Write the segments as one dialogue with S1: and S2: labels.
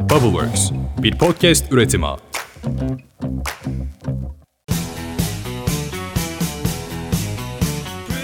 S1: Bubbleworks, bir podcast üretimi.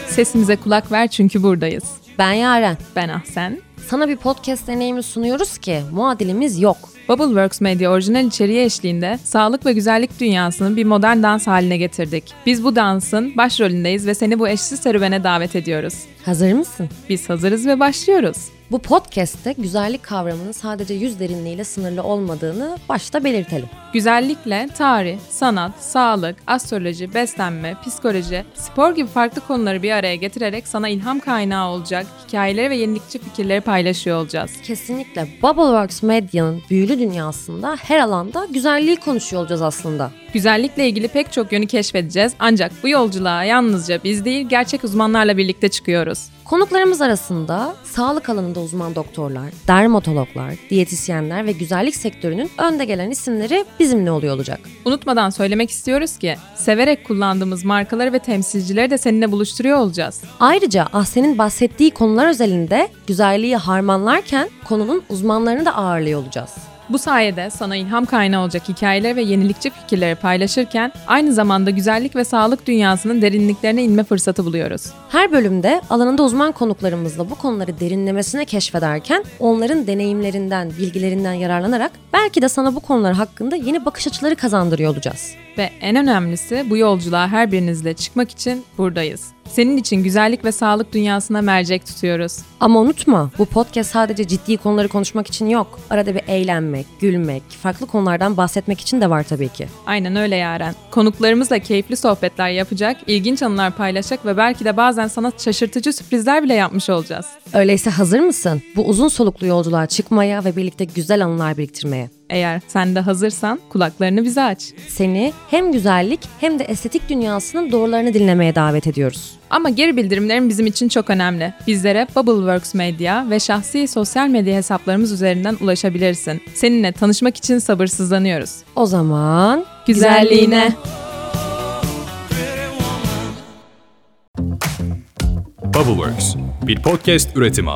S2: Sesimize kulak ver çünkü buradayız.
S3: Ben Yaren.
S2: Ben Ahsen.
S3: Sana bir podcast deneyimi sunuyoruz ki muadilimiz yok.
S2: Bubbleworks Media orijinal içeriği eşliğinde sağlık ve güzellik dünyasını bir modern dans haline getirdik. Biz bu dansın başrolündeyiz ve seni bu eşsiz serüvene davet ediyoruz.
S3: Hazır mısın?
S2: Biz hazırız ve başlıyoruz.
S3: Bu podcast'te güzellik kavramının sadece yüz derinliğiyle sınırlı olmadığını başta belirtelim.
S2: Güzellikle tarih, sanat, sağlık, astroloji, beslenme, psikoloji, spor gibi farklı konuları bir araya getirerek sana ilham kaynağı olacak hikayeleri ve yenilikçi fikirleri paylaşıyor olacağız.
S3: Kesinlikle Bubbleworks Medya'nın büyülü dünyasında her alanda güzelliği konuşuyor olacağız aslında.
S2: Güzellikle ilgili pek çok yönü keşfedeceğiz ancak bu yolculuğa yalnızca biz değil gerçek uzmanlarla birlikte çıkıyoruz.
S3: Konuklarımız arasında sağlık alanında uzman doktorlar, dermatologlar, diyetisyenler ve güzellik sektörünün önde gelen isimleri bizimle oluyor olacak.
S2: Unutmadan söylemek istiyoruz ki severek kullandığımız markaları ve temsilcileri de seninle buluşturuyor olacağız.
S3: Ayrıca Ahsen'in bahsettiği konular özelinde güzelliği harmanlarken konunun uzmanlarını da ağırlıyor olacağız.
S2: Bu sayede sana ilham kaynağı olacak hikayeler ve yenilikçi fikirleri paylaşırken aynı zamanda güzellik ve sağlık dünyasının derinliklerine inme fırsatı buluyoruz.
S3: Her bölümde alanında uzman konuklarımızla bu konuları derinlemesine keşfederken onların deneyimlerinden, bilgilerinden yararlanarak belki de sana bu konular hakkında yeni bakış açıları kazandırıyor olacağız.
S2: Ve en önemlisi bu yolculuğa her birinizle çıkmak için buradayız. Senin için güzellik ve sağlık dünyasına mercek tutuyoruz.
S3: Ama unutma bu podcast sadece ciddi konuları konuşmak için yok. Arada bir eğlenmek, gülmek, farklı konulardan bahsetmek için de var tabii ki.
S2: Aynen öyle Yaren. Konuklarımızla keyifli sohbetler yapacak, ilginç anılar paylaşacak ve belki de bazen sana şaşırtıcı sürprizler bile yapmış olacağız.
S3: Öyleyse hazır mısın bu uzun soluklu yolculuğa çıkmaya ve birlikte güzel anılar biriktirmeye?
S2: Eğer sen de hazırsan kulaklarını bize aç.
S3: Seni hem güzellik hem de estetik dünyasının doğrularını dinlemeye davet ediyoruz.
S2: Ama geri bildirimlerin bizim için çok önemli. Bizlere Bubbleworks Media ve şahsi sosyal medya hesaplarımız üzerinden ulaşabilirsin. Seninle tanışmak için sabırsızlanıyoruz.
S3: O zaman
S2: Güzelliğine.
S1: Bubbleworks, bir podcast üretimi.